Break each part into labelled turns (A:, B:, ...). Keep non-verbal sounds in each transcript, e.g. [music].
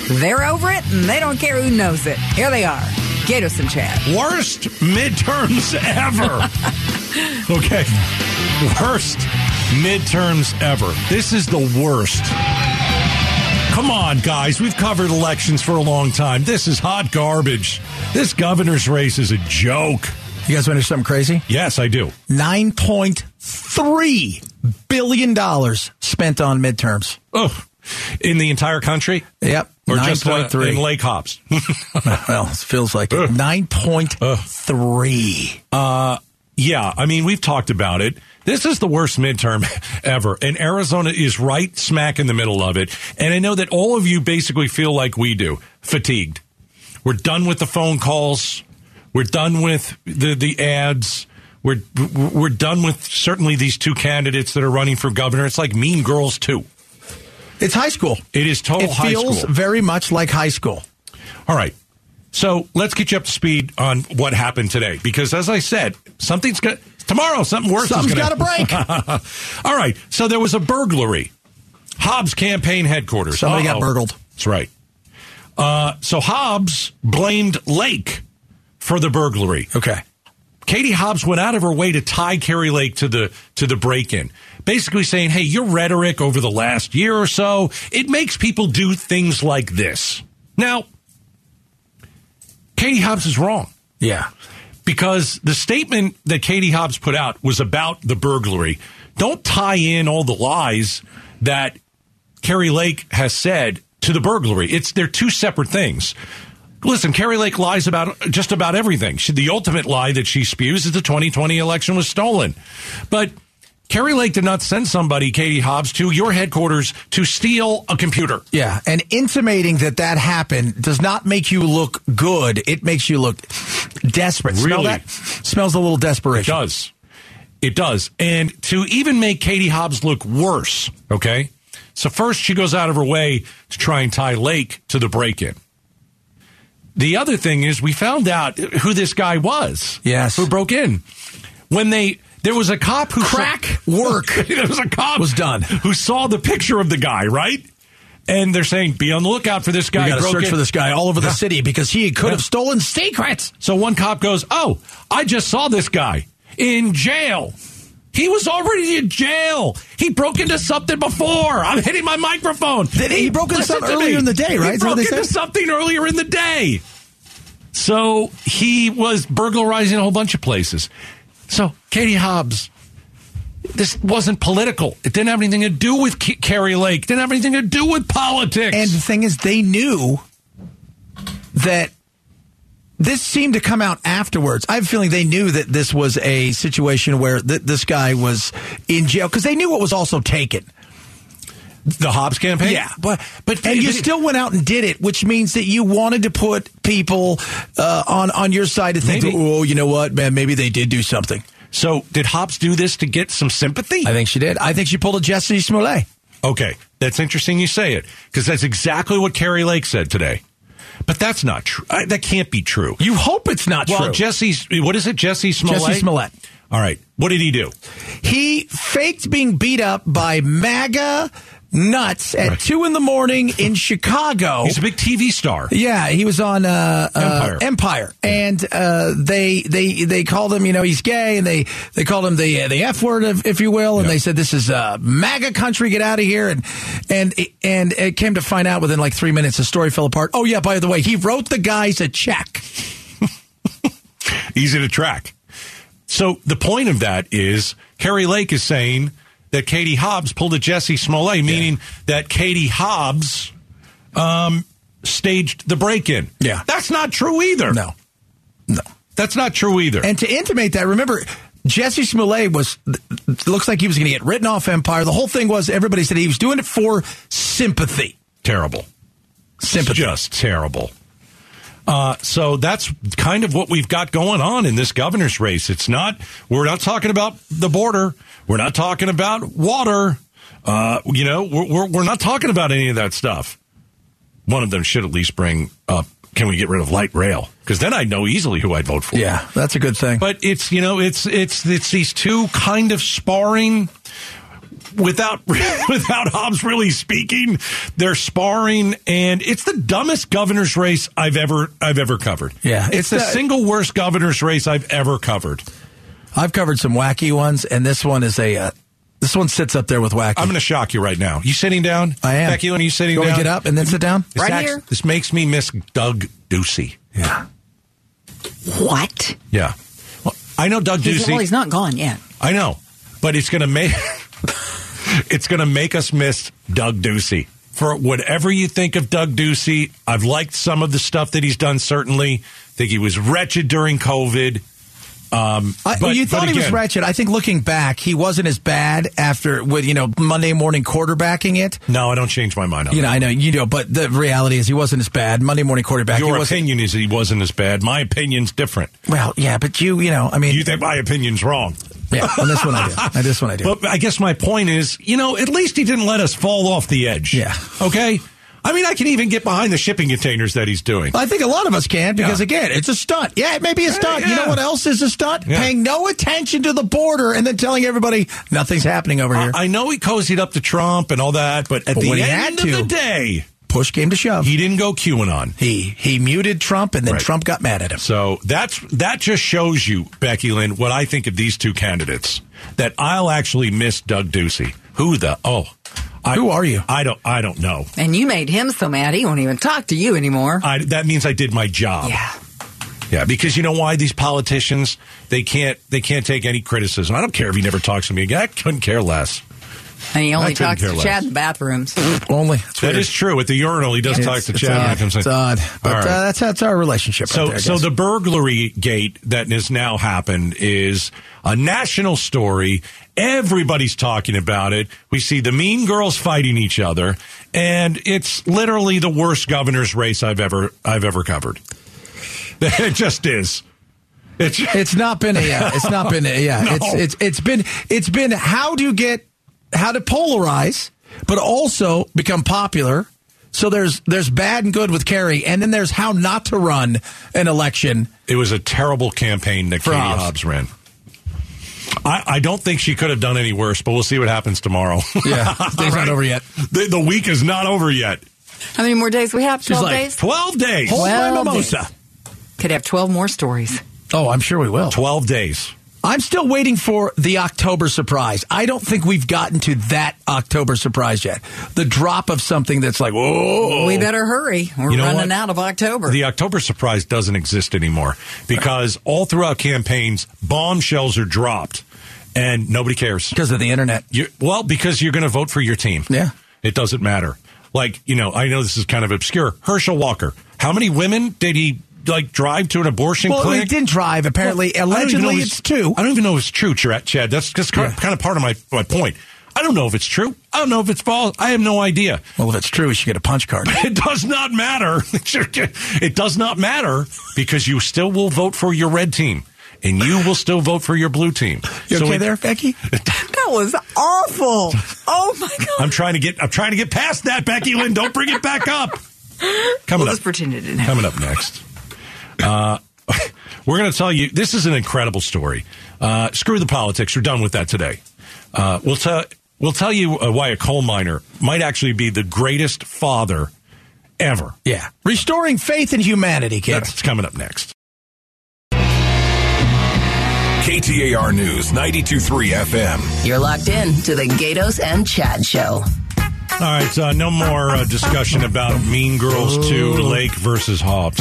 A: They're over it and they don't care who knows it. Here they are Gatos and Chad.
B: Worst midterms ever. okay. Worst midterms ever. This is the worst. Come on, guys. We've covered elections for a long time. This is hot garbage. This governor's race is a joke.
C: You guys want to hear something crazy?
B: Yes, I do.
C: $9.3 billion spent on midterms.
B: Oh, in the entire country?
C: Yep.
B: Or just uh,
C: 9.3.
B: in Lake Hops?
C: [laughs] well, it feels like it. 9.3.
B: Yeah, I mean, we've talked about it. This is the worst midterm [laughs] ever, and Arizona is right smack in the middle of it. And I know that all of you basically feel like we do fatigued. We're done with the phone calls. We're done with the, the ads. We're, we're done with certainly these two candidates that are running for governor. It's like Mean Girls 2.
C: It's high school.
B: It is total
C: it
B: Oh, high
C: feels
B: school.
C: very much like high school.
B: All right. So let's get you up to speed on what happened today, because as I said, something's got tomorrow. Something worse.
C: Something's
B: is
C: got
B: gonna,
C: a break.
B: [laughs] All right. So there was a burglary. Hobbs campaign headquarters.
C: Somebody got
B: Uh-oh.
C: burgled.
B: That's right. Uh, so Hobbs blamed Lake for the burglary.
C: Okay.
B: Katie Hobbs went out of her way to tie Carrie Lake to the to the break-in, basically saying, "Hey, your rhetoric over the last year or so it makes people do things like this." Now, Katie Hobbs is wrong
C: Yeah.
B: because the statement that Katie Hobbs put out was about the burglary. Don't tie in all the lies that Carrie Lake has said to the burglary. It's they're two separate things. Listen, Carrie Lake lies about just about everything. She, the ultimate lie that she spews is the 2020 election was stolen. But Carrie Lake did not send somebody, Katie Hobbs, to your headquarters to steal a computer.
C: Yeah. And intimating that that happened does not make you look good. It makes you look desperate. Smell
B: Really?
C: that? Smells a little
B: It
C: desperation.
B: does. It does. And to even make Katie Hobbs look worse, okay? So first she goes out of her way to try and tie Lake to the break in. The other thing is we found out who this guy was.
C: Yes.
B: Who broke in. When they there was a cop who
C: Crack work.
B: [laughs] there was a cop
C: Was done.
B: who saw the picture of the guy, right? And they're saying, be on the lookout for this guy.
C: We got to
B: broke
C: search
B: in."
C: for this guy all over the city because he could
B: Yeah.
C: have stolen secrets.
B: So one cop goes, Oh, I just saw this guy in jail. He was already in jail. He broke into something before. I'm hitting my microphone.
C: Did he- he broke into
B: Listen
C: something
B: to
C: earlier in the day, right?
B: He
C: Is that
B: broke
C: what they
B: into
C: said?
B: something earlier in the day. So he was burglarizing a whole bunch of places. So Katie Hobbs, this wasn't political. It didn't have anything to do with K- Carrie Lake. didn't have anything to do with politics.
C: And the thing is, they knew that this seemed to come out afterwards. I have a feeling they knew that this was a situation where th- this guy was in jail because they knew it was also taken.
B: the Hobbs campaign.
C: Yeah.
B: but but
C: And you
B: but-
C: still went out and did it, which means that you wanted to put people uh, on on your side to think,
B: Maybe.
C: oh, you know what, man, maybe they did do something.
B: So did Hobbs do this to get some sympathy?
C: I think she did. I think she pulled a Jesse Smollett.
B: Okay, that's interesting you say it because that's exactly what Carrie Lake said today. But that's not true. I, that can't be true.
C: You hope it's not
B: well,
C: true.
B: Jesse's what is it? Jesse Smollett.
C: Jesse Smollett.
B: All right. What did he do?
C: He faked being beat up by MAGA nuts at
B: Right.
C: two in the morning
B: [laughs]
C: in Chicago.
B: He's a big TV star.
C: Oh. Yeah, he was on uh, uh,
B: Empire.
C: Empire, and uh, they they they called him. You know, he's gay, and they they called him the uh, the F word, if, if you will, and
B: Yeah.
C: they said this is uh, MAGA country, get out of here. And and and it came to find out within like three minutes, the story fell apart. Oh yeah, by the way, he wrote the guys a check.
B: Easy to track. So the point of that is Carrie Lake is saying that Katie Hobbs pulled a Jesse Smollett, meaning that Katie Hobbs um, staged the break-in.
C: Yeah.
B: that's not true either.
C: No,
B: that's not true either.
C: And to intimate that, remember, Jesse Smollett was it looks like he was going to get written off Empire. The whole thing was everybody said he was doing it for sympathy.
B: Terrible.
C: Sympathy.
B: Just terrible. Uh, so that's kind of what we've got going on in this governor's race. It's not, we're not talking about the border. We're not talking about water. Uh, you know, we're, we're, we're not talking about any of that stuff. One of them should at least bring up, can we get rid of light rail? Because then I'd know easily who I'd vote for.
C: Yeah, that's a good thing.
B: But it's, you know, it's, it's, it's these two kind of sparring without [laughs] without Hobbs really speaking. They're sparring, and it's the dumbest governor's race I've ever I've ever covered.
C: Yeah,
B: it's,
C: it's
B: the,
C: the-
B: single worst governor's race I've ever covered.
C: I've covered some wacky ones, and this one is a. Uh, this one sits up there with wacky.
B: I'm going to shock you right now. You sitting down?
C: I am.
B: Becky, when are you sitting
C: You want
B: down?
C: me to get up and then sit down?
B: This
A: Right
B: act-
A: here?
B: This makes me miss Doug Ducey.
C: Yeah.
A: What?
B: Yeah. Well, I know Doug
A: He's, well,
B: Ducey.
A: he's not gone yet.
B: I know, but it's going to make [laughs] it's going to make us miss Doug Ducey. For whatever you think of Doug Ducey, I've liked some of the stuff that he's done. Certainly, think he was wretched during COVID.
C: I,
B: But-
C: you
B: but
C: thought he was
B: again-
C: wretched. I think looking back, he wasn't as bad after with you know Monday morning quarterbacking it.
B: No, I don't change my mind on
C: You
B: that.
C: know, I know you know, but the reality is he wasn't as bad. Monday morning quarterback. he
B: Your
C: wasn't-
B: opinion is he wasn't as bad. My opinion's different.
C: Well, yeah, but you, you know, I mean,
B: You think my opinion's wrong.
C: yeah, on this one I
B: [laughs]
C: do. On this one I do.
B: But I guess my point is, you know, at least he didn't let us fall off the edge.
C: Yeah.
B: Okay? I mean, I can even get behind the shipping containers that he's doing.
C: I think a lot of us can because
B: Yeah.
C: again, it's a stunt. Yeah, it may be a stunt. You
B: yeah.
C: know what else is a stunt?
B: Yeah.
C: Paying no attention to the border and then telling everybody nothing's happening over here.
B: I know he cozied up to Trump and all that, but at
C: But
B: the
C: when he
B: end
C: had
B: of the
C: to.
B: day,
C: Push came to shove.
B: he didn't go QAnon.
C: He he muted Trump and then
B: Right.
C: Trump got mad at him.
B: So that's that just shows you, Becky Lynn, what I think of these two candidates. That I'll actually miss Doug Ducey. Who the oh, I,
C: Who are you?
B: I don't I don't know.
A: And you made him so mad he won't even talk to you anymore.
B: I, that means I did my job.
A: yeah.
B: Yeah, because you know why these politicians they can't they can't take any criticism. I don't care if he never talks to me again. I couldn't care less.
A: And he only
B: couldn't
A: talks to
B: care less.
A: Chad in the bathrooms.
C: Only that's
B: That is true. At the urinal, he does
A: It's-
B: talk to
C: it's
B: Chad when
C: odd.
B: he comes in.
C: It's odd, but
B: All right.
C: uh, that's that's our relationship. right
B: So,
C: there, I
B: so
C: guess.
B: the burglary gate that has now happened is a national story. Everybody's talking about it. We see the mean girls fighting each other, and it's literally the worst governor's race I've ever I've ever covered. [laughs] It just is. It's
C: it's not been a yeah, it's not been a
A: [laughs]
C: yeah.
B: No.
C: It's it's it's been it's been how to get how to polarize, but also become popular. So there's there's bad and good with Kerry, and then there's how not to run
A: [laughs]
C: an election.
B: it was a terrible campaign that
C: For
B: Katie
C: Hobbs.
B: Hobbs ran. I, I don't think she could have done any worse, but we'll see what happens tomorrow. [laughs]
C: Yeah, day's not over yet.
B: the, the week is not over yet.
A: How many more days we have? 12
C: like,
A: days?
B: Twelve days.
C: Hold my
A: Well,
C: mimosa.
A: Could have 12 more stories.
C: Oh, I'm sure we will.
B: Twelve days.
C: I'm still waiting for the October surprise. I don't think we've gotten to that October surprise yet. The drop of something that's like, oh, whoa.
A: We better hurry. We're
B: Oh. You know
A: running
B: what?
A: out of October.
B: The October surprise doesn't exist anymore because all throughout campaigns, bombshells are dropped and nobody cares.
C: Because of the internet.
B: You, well, because you're going to vote for your team.
C: Yeah.
B: It doesn't matter. Like, you know, I know this is kind of obscure. Herschel Walker. How many women did he, like, drive to an abortion
C: Well,
B: clinic?
C: he didn't drive, apparently.
B: I don't even
C: Allegedly,
B: know if
C: it's two.
B: I don't even know if it's true, Chad. Chad, That's just kind,
C: Yeah.
B: kind of part of my, my point. I don't know if it's true. I don't know if it's false. I have no idea.
C: Well, if it's true, we should get a punch card.
B: [laughs] It does not matter. [laughs] it does not matter because you still will vote for your red team and you will still vote for your blue team.
C: You
B: So
C: okay
B: it-
C: there, Becky?
A: that was
B: [laughs]
A: awful. Oh, my God.
B: I'm trying to get I'm trying to get past that, Becky Lynn. Don't bring it back up. Coming
A: Let's
B: up
A: pretend it didn't happen.
B: coming up next. Uh, [laughs] we're going to tell you this is an incredible story. Uh, screw the politics. We're done with that today. Uh, we'll tell we'll tell you uh, why a coal miner might actually be the greatest father ever.
C: [laughs] Yeah. Restoring faith in humanity, kids.
B: That's coming up next.
D: KTAR News 923 FM.
E: You're locked in to the Gatos and Chad Show.
B: All right, uh, no more uh, discussion about Mean Girls 2, Lake versus Hobbs.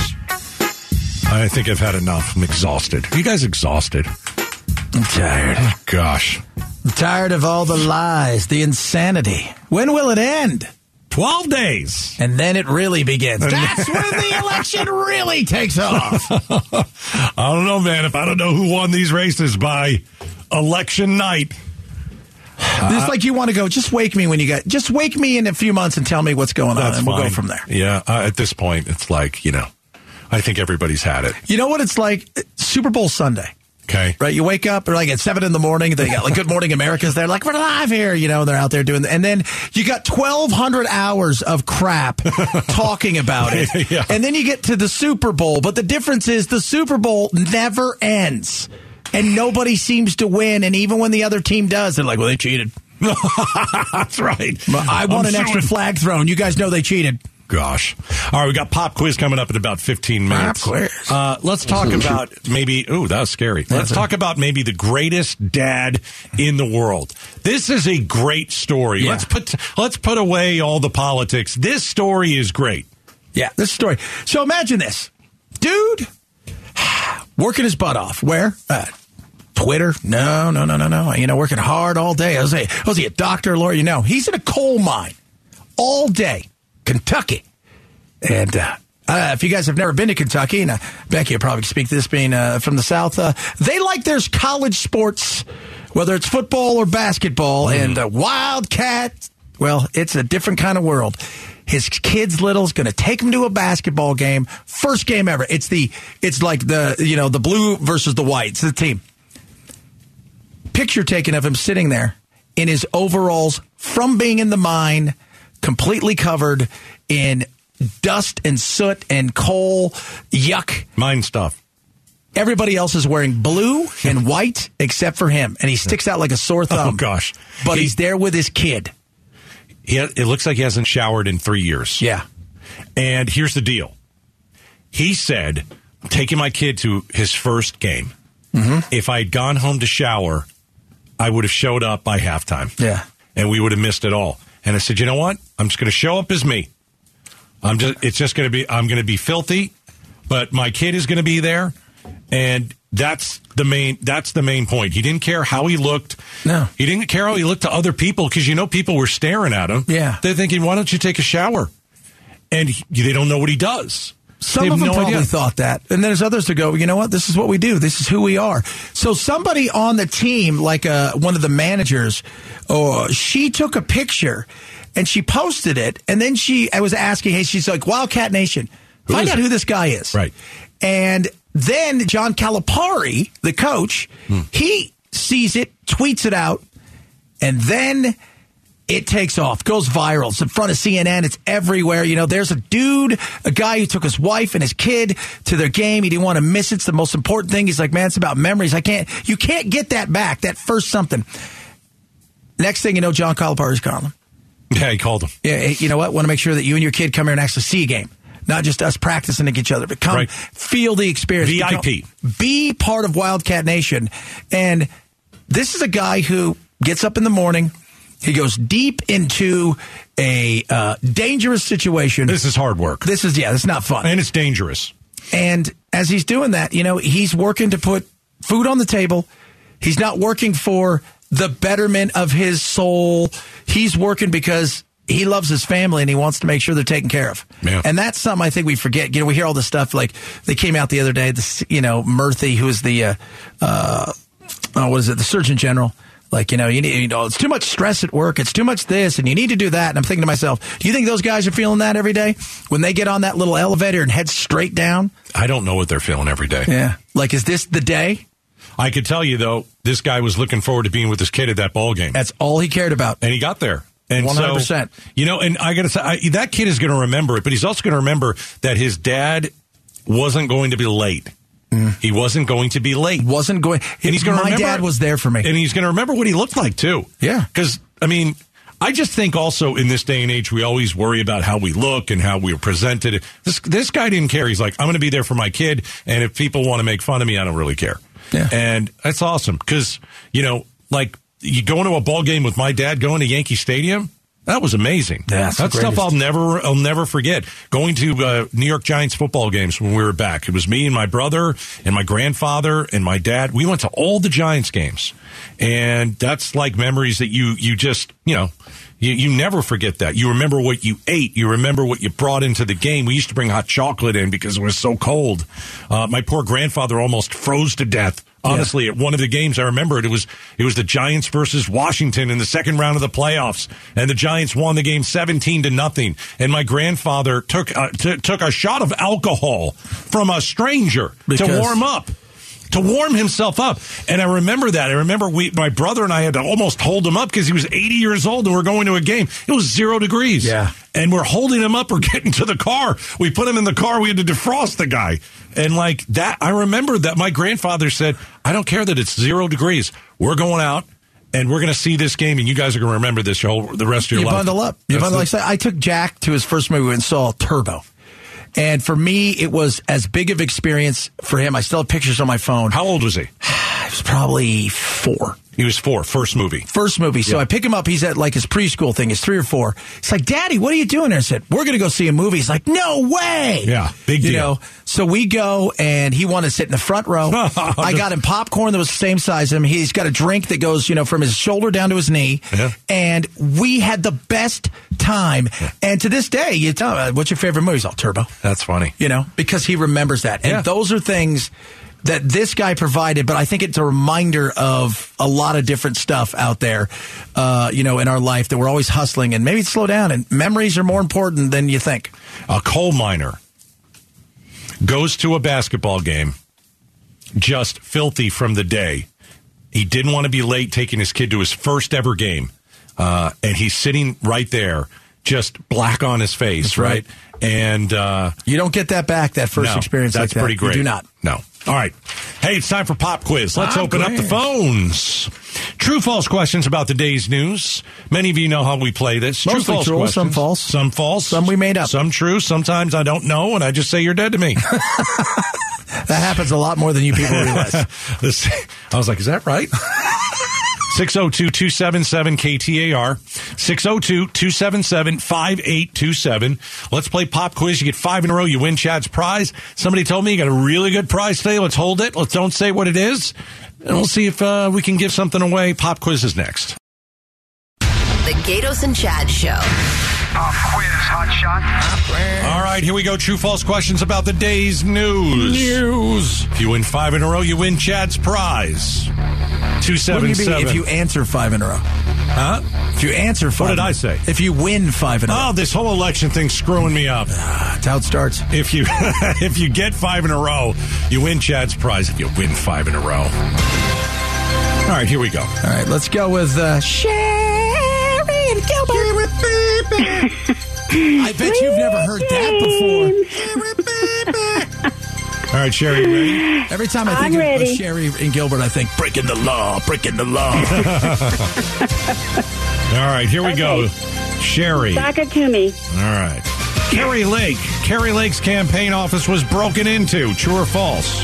B: I think I've had enough. I'm exhausted. Are you guys exhausted?
C: [laughs]
B: Oh,
C: I'm tired.
B: Gosh.
C: I'm tired of all the lies, the insanity. When will it end?
B: 12 days.
C: And then it really begins. That's when the election really takes [laughs] off.
B: I don't know, man. If I don't know who won these races by election night,
C: It's like you want to go, just wake me when you got, just wake me in a few months and tell me what's going on,
B: that's
C: and we'll go
B: fine.
C: from there.
B: Yeah, uh, at this point, it's like, you know, I think everybody's had it.
C: You know what it's like? Super Bowl Sunday. [laughs]
B: Okay.
C: Right, you wake up, or like at seven in the morning, they got like Good Morning America's. They're like, we're live here, you know. They're out there doing, and then you got twelve hundred hours of [laughs] crap talking about [laughs] it,
B: Yeah.
C: and then you get to the Super Bowl. But the difference is the Super Bowl never ends, and nobody seems to win. And even when the other team does, they're like, well, they cheated.
B: That's right.
C: But I want
B: I'm
C: an
B: suing-
C: extra flag thrown. You guys know they cheated.
B: Gosh. All right, we got pop quiz coming up in about 15 minutes.
C: Pop quiz.
B: Uh, let's talk about maybe, ooh, that was scary. Let's talk about maybe the greatest dad in the world. This is a great story.
C: Yeah.
B: Let's put let's put away all the politics. This story is great.
C: Yeah, this story. So imagine this, dude, [sighs] working his butt off. Where? Uh, Twitter? No, no, no, no, no. You know, working hard all day. I was, a, was he a doctor, lawyer? You know, he's in a coal mine all day, Kentucky. And uh, uh, if you guys have never been to Kentucky, and uh, Becky will probably speak to this being uh, from the South, uh, they like their college sports, whether it's football or basketball, and the Wildcat. Well, it's a different kind of world. His kid's little's going to take him to a basketball game, first game ever. It's the it's like the you know the blue versus the whites, the team picture taken of him sitting there in his overalls from being in the mine, completely covered in dust and soot and coal. Yuck.
B: Mine stuff.
C: Everybody else is wearing blue
B: [laughs]
C: and white except for him. And he sticks out like a sore thumb.
B: Oh, gosh.
C: But
B: He-
C: he's there with his kid.
B: He, it looks like he hasn't showered in 3 years.
C: Yeah.
B: And here's the deal. He said, I'm taking my kid to his first game. If I had gone home to shower, I would have showed up by halftime.
C: Yeah.
B: And we would have missed it all. And I said, you know what? I'm just going to show up as me. I'm just, it's just going to be, I'm going to be filthy, but my kid is going to be there. And that's the main, that's the main point. He didn't care how he looked.
C: No.
B: He didn't care how he looked to other people because you know, people were staring at him.
C: Yeah.
B: They're thinking, why don't you take a shower? and he, they don't know what he does.
C: Some
B: They have
C: of them
B: no
C: probably
B: idea.
C: thought that. And there's others that go, you know what? This is what we do. This is who we are. So somebody on the team, like uh, one of the managers, uh, she took a picture and she posted it. And then she, I was asking, hey, she's like, Wildcat Nation, find
B: is
C: out
B: it?
C: who this guy is.
B: Right.
C: And then John Calipari, the coach, he sees it, tweets it out, and then it takes off, goes viral. It's in front of CNN. It's everywhere. You know, there's a dude, a guy who took his wife and his kid to their game. He didn't want to miss it. It's the most important thing. He's like, man, it's about memories. I can't, you can't get that back, that first something. Next thing you know, John Calipari's calling him.
B: Yeah, he called him.
C: Yeah, hey, you know what? Want to make sure that you and your kid come here and actually see a game. Not just us practicing against each other, but come
B: Right.
C: feel the experience.
B: VIP.
C: Become- Be part of Wildcat Nation. And this is a guy who gets up in the morning. He goes deep into a uh, dangerous situation.
B: This is hard work,
C: This is, yeah, this is not fun.
B: and it's dangerous.
C: And as he's doing that, you know, he's working to put food on the table. He's not working for the betterment of his soul. He's working because he loves his family and he wants to make sure they're taken care of.
B: Yeah.
C: And that's something I think we forget. You know, we hear all this stuff like they came out the other day, this, you know, Murthy, who is the, uh, uh, oh, what is it, the Surgeon General. Like, you know, you, need, you know, it's too much stress at work. It's too much this, and you need to do that. And I'm thinking to myself, do you think those guys are feeling that every day when they get on that little elevator and head straight down?
B: I don't know what they're feeling every day.
C: Yeah. Like, is this the day?
B: I could tell you though, this guy was looking forward to being with his kid at that ball game,
C: That's all he cared about.
B: and he got there. And so,
C: 100%.
B: you know, and I got to say, I, that kid is going to remember it, but he's also going to remember that his dad wasn't going to be late. He wasn't going to be late.
C: Wasn't going.
B: and he's going to
C: My
B: remember
C: dad was there for me.
B: and he's going to remember what he looked like too.
C: Yeah.
B: because I mean, I just think also in this day and age, we always worry about how we look and how we're presented. This this guy didn't care. He's like, I'm going to be there for my kid, and if people want to make fun of me, I don't really care.
C: Yeah.
B: and that's awesome because you know, like you going to a ball game with my dad, going to Yankee Stadium. That was amazing.
C: That's the
B: that stuff
C: greatest.
B: I'll never I'll never forget. Going to uh, New York Giants football games when we were back. It was me and my brother and my grandfather and my dad. We went to all the Giants games, and that's like memories that you you just you know. You, you never forget that. You remember what you ate. You remember what you brought into the game. We used to bring hot chocolate in because it was so cold. Uh, my poor grandfather almost froze to death Honestly, at one of the games, I remember it. It was it was the Giants versus Washington in the second round of the playoffs, and the Giants won the game seventeen to nothing. And my grandfather took uh, t- took a shot of alcohol from a stranger to
C: Because-
B: warm up. To warm himself up, and I remember that. I remember we, my brother and I, had to almost hold him up because he was 80 years old, and we're going to a game. It was zero degrees,
C: Yeah.
B: and we're holding him up. We're [laughs] getting to the car. We put him in the car. We had to defrost the guy. And like that, I remember that my grandfather said, I don't care that it's zero degrees. We're going out and we're going to see this game, and you guys are going to remember this your whole, the rest of your
C: you
B: life.
C: bundle up. You
B: That's
C: bundle.
B: the-
C: Like I said, I took Jack to his first movie and saw Turbo, and for me, it was as big of experience for him. I still have pictures on my phone.
B: How old was he?
C: I was probably four.
B: He was four, first movie.
C: First movie. So I pick him up. He's at like his preschool thing. He's three or four. He's like, Daddy, what are you doing there? I said, We're going to go see a movie. He's like, No way.
B: Yeah, big
C: You
B: deal.
C: know, so we go and he wanted to sit in the front
B: [laughs]
C: row.
B: Oh,
C: I got him popcorn that was the same size as him. He's got a drink that goes, you know, from his shoulder down to his knee.
B: Yeah.
C: And we had the best time. And to this day, you tell him, What's your favorite movie? He's all Turbo
B: That's funny.
C: you know, because he remembers that. And
B: Yeah.
C: those are things that this guy provided, but I think it's a reminder of a lot of different stuff out there, uh, you know, in our life that we're always hustling and maybe slow down and memories are more important than you think.
B: a coal miner goes to a basketball game just filthy from the day. He didn't want to be late taking his kid to his first ever game. Uh, and he's sitting right there, just black on his face, right?
C: right.
B: And uh,
C: You don't get that back, that first
B: no,
C: experience
B: that's
C: like that.
B: pretty great.
C: You do not.
B: No. All right. Hey, it's time for pop quiz. Let's
C: Pop
B: open up the
C: quiz.
B: phones. True false questions about the day's news. Many of you know how we play this. true
C: Mostly
B: false
C: true,
B: questions.
C: some false.
B: Some false.
C: Some we made up.
B: Some true. Sometimes I don't know, and I just say you're dead to
C: [laughs]
B: me.
C: That happens a lot more than you
B: [laughs]
C: people realize.
B: This- I was like, is that right? 602-277-KTAR. 602-277-5827. Let's play pop quiz. You get five in a row. You win Chad's prize. Somebody told me you got a really good prize today. Let's hold it. Let's don't say what it is. And we'll see if uh, we can give something away. Pop quiz is next.
E: The Gatos and Chad Show.
F: Pop quiz, hot shot.
B: All right, here we go. True false questions about the day's news. News. If you win five in a row, you win Chad's prize.
C: Wouldn't you be
B: 277.
C: if you answer five in a row? Huh? If you answer five.
B: did
C: in-
B: I say?
C: If you win five in a row.
B: Oh, this whole election thing's screwing me up.
C: That's how it starts.
B: If you [laughs] if you get five in a row, you win Chad's prize. If you win five in a row, all right, here we go.
C: All right, let's go with uh, Sharon Gilbert. I bet you've never heard that before.
B: All right, Sherry, you ready?
C: Every time I think
G: I'm
C: of- of,
G: ready.
C: Sherry and Gilbert, I think breaking the law, breaking the
G: [laughs]
C: law.
B: All right, here we go,
G: Okay.
B: Sherry. All
G: Back it to me.
B: right, Carrie Lake. Carrie Lake's campaign office was broken into. True or false?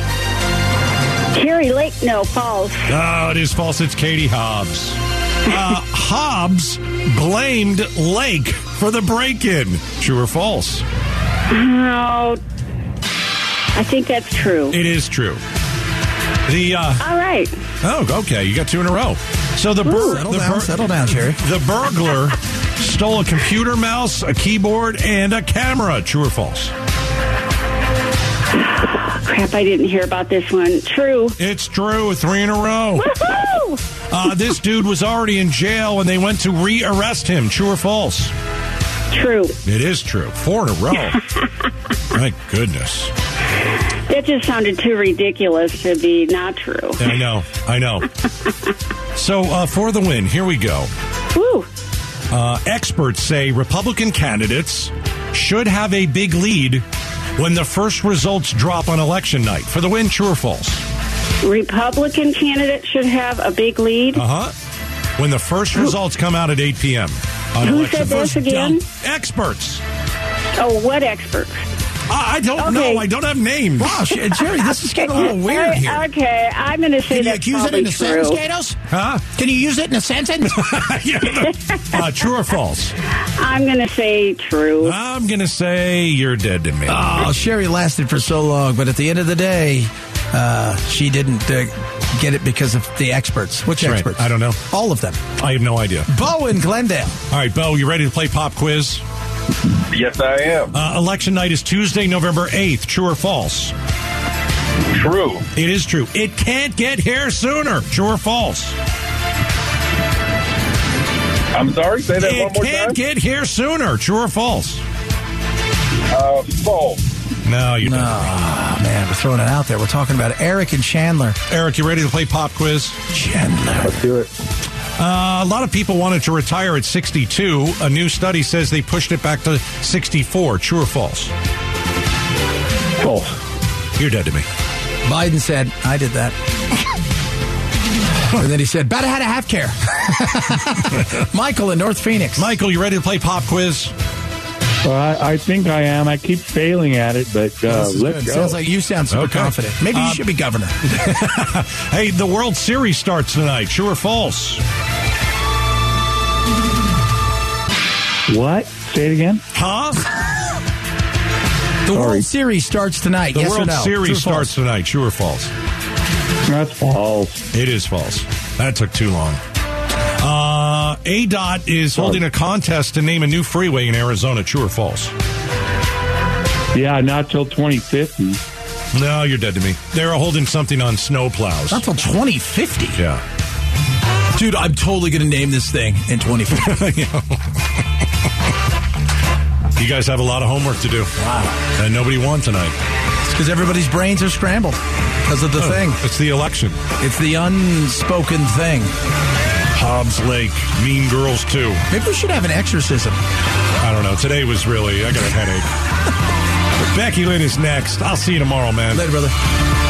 G: Cherry Lake, no, false.
B: Oh, it is false. It's Katie Hobbs. Uh, Hobbs blamed Lake for the break-in. True or false?
G: Oh, I think that's true.
B: It is true. The uh,
G: All right.
B: Oh, okay. You got two in a row. So the
C: Ooh.
B: bur-
C: Settle
B: the,
C: down,
B: bur-
C: settle down, Sherry.
B: The burglar stole a computer mouse, a keyboard, and a camera. True or false?
G: Crap, I didn't hear about this one. True.
B: It's true. Three in a row.
G: Woo!
B: Uh, this dude was already in jail, and they went to re-arrest him. True or false?
G: True.
B: It is true. Four in a row. My goodness.
G: That just sounded too ridiculous to be not true.
B: I know. I know. So uh, for the win, here we go.
G: Woo!
B: Uh, experts say Republican candidates should have a big lead when the first results drop on election night. For the win, true or false?
G: Republican candidate should have a big lead.
B: Uh huh. When the first results come out at 8 p.m. on
G: Who
B: election
G: said this
B: first
G: again?
B: dump- Experts.
G: Oh, what experts?
B: I I don't
G: Okay.
B: know. I don't have names. [laughs]
C: wow, Sh- Sherry, this is getting a little weird
G: Hey,
C: here.
G: Okay, I'm going to say
C: Can you
G: that's
C: accuse it
G: probably
C: in a
G: true.
C: sentence, Gatos?
B: Huh?
C: Can you use it in
B: [laughs]
C: a sentence?
B: Yeah, the- uh, true or false?
G: I'm going to say true.
B: I'm going to say you're dead to me.
C: oh, Sherry lasted for so long, but at the end of the day, uh, she didn't uh, get it because of the experts. Which
B: That's right.
C: experts?
B: I don't know.
C: All of them.
B: I have no idea.
C: Bo in Glendale.
B: All right, Bo, you ready to play pop quiz?
F: Yes, I am.
B: Uh, election night is Tuesday, November 8th. True or false?
F: True.
B: It is true. It can't get here sooner. True or false?
F: I'm sorry. Say that one
B: It
F: more
B: can't
F: time.
B: get here sooner. True or false?
F: uh, false.
B: No, you don't.
C: Oh, man, we're throwing it out there. We're talking about Eric and Chandler.
B: Eric, you ready to play pop quiz?
C: Chandler.
F: Let's do it.
B: Uh, a lot of people wanted to retire at 62. A new study says they pushed it back to 64. True or false?
F: False.
B: You're dead to me.
C: Biden said, I did that. and then he said, "Better had a half care." [laughs] Michael in North Phoenix.
B: Michael, you ready to play pop quiz?
H: Well, I, I think I am. I keep failing at it, but uh,
C: This is
H: let's
C: good.
H: go.
C: Sounds like you sound super
B: Okay.
C: confident. Maybe you
B: Uh,
C: should
B: [laughs]
C: be governor.
B: Hey, the World Series starts tonight. True or false?
H: what? Say it again.
B: Huh?
C: The World Series starts tonight.
B: The
C: yes
B: World
C: or no?
B: Series
C: True or false?
B: starts tonight. True or false?
H: That's false.
B: It is false. That took too long. Uh, ADOT is holding a contest to name a new freeway in Arizona. True or false?
H: Yeah, not till 2050.
B: No, you're dead to me. They're holding something on snowplows.
C: Not till 2050.
B: Yeah.
C: Dude, I'm totally going to name this thing in 2050. [laughs]
B: You guys have a lot of homework to do. Wow. And nobody won tonight.
C: Because everybody's brains are scrambled because of the
B: Oh.
C: thing.
B: It's the election.
C: It's the unspoken thing.
B: Hobbs Lake, Mean Girls 2.
C: Maybe we should have an exorcism.
B: I don't know. Today was really, I got a headache. Becky Lynn is next. I'll see you tomorrow, man.
C: Later, brother.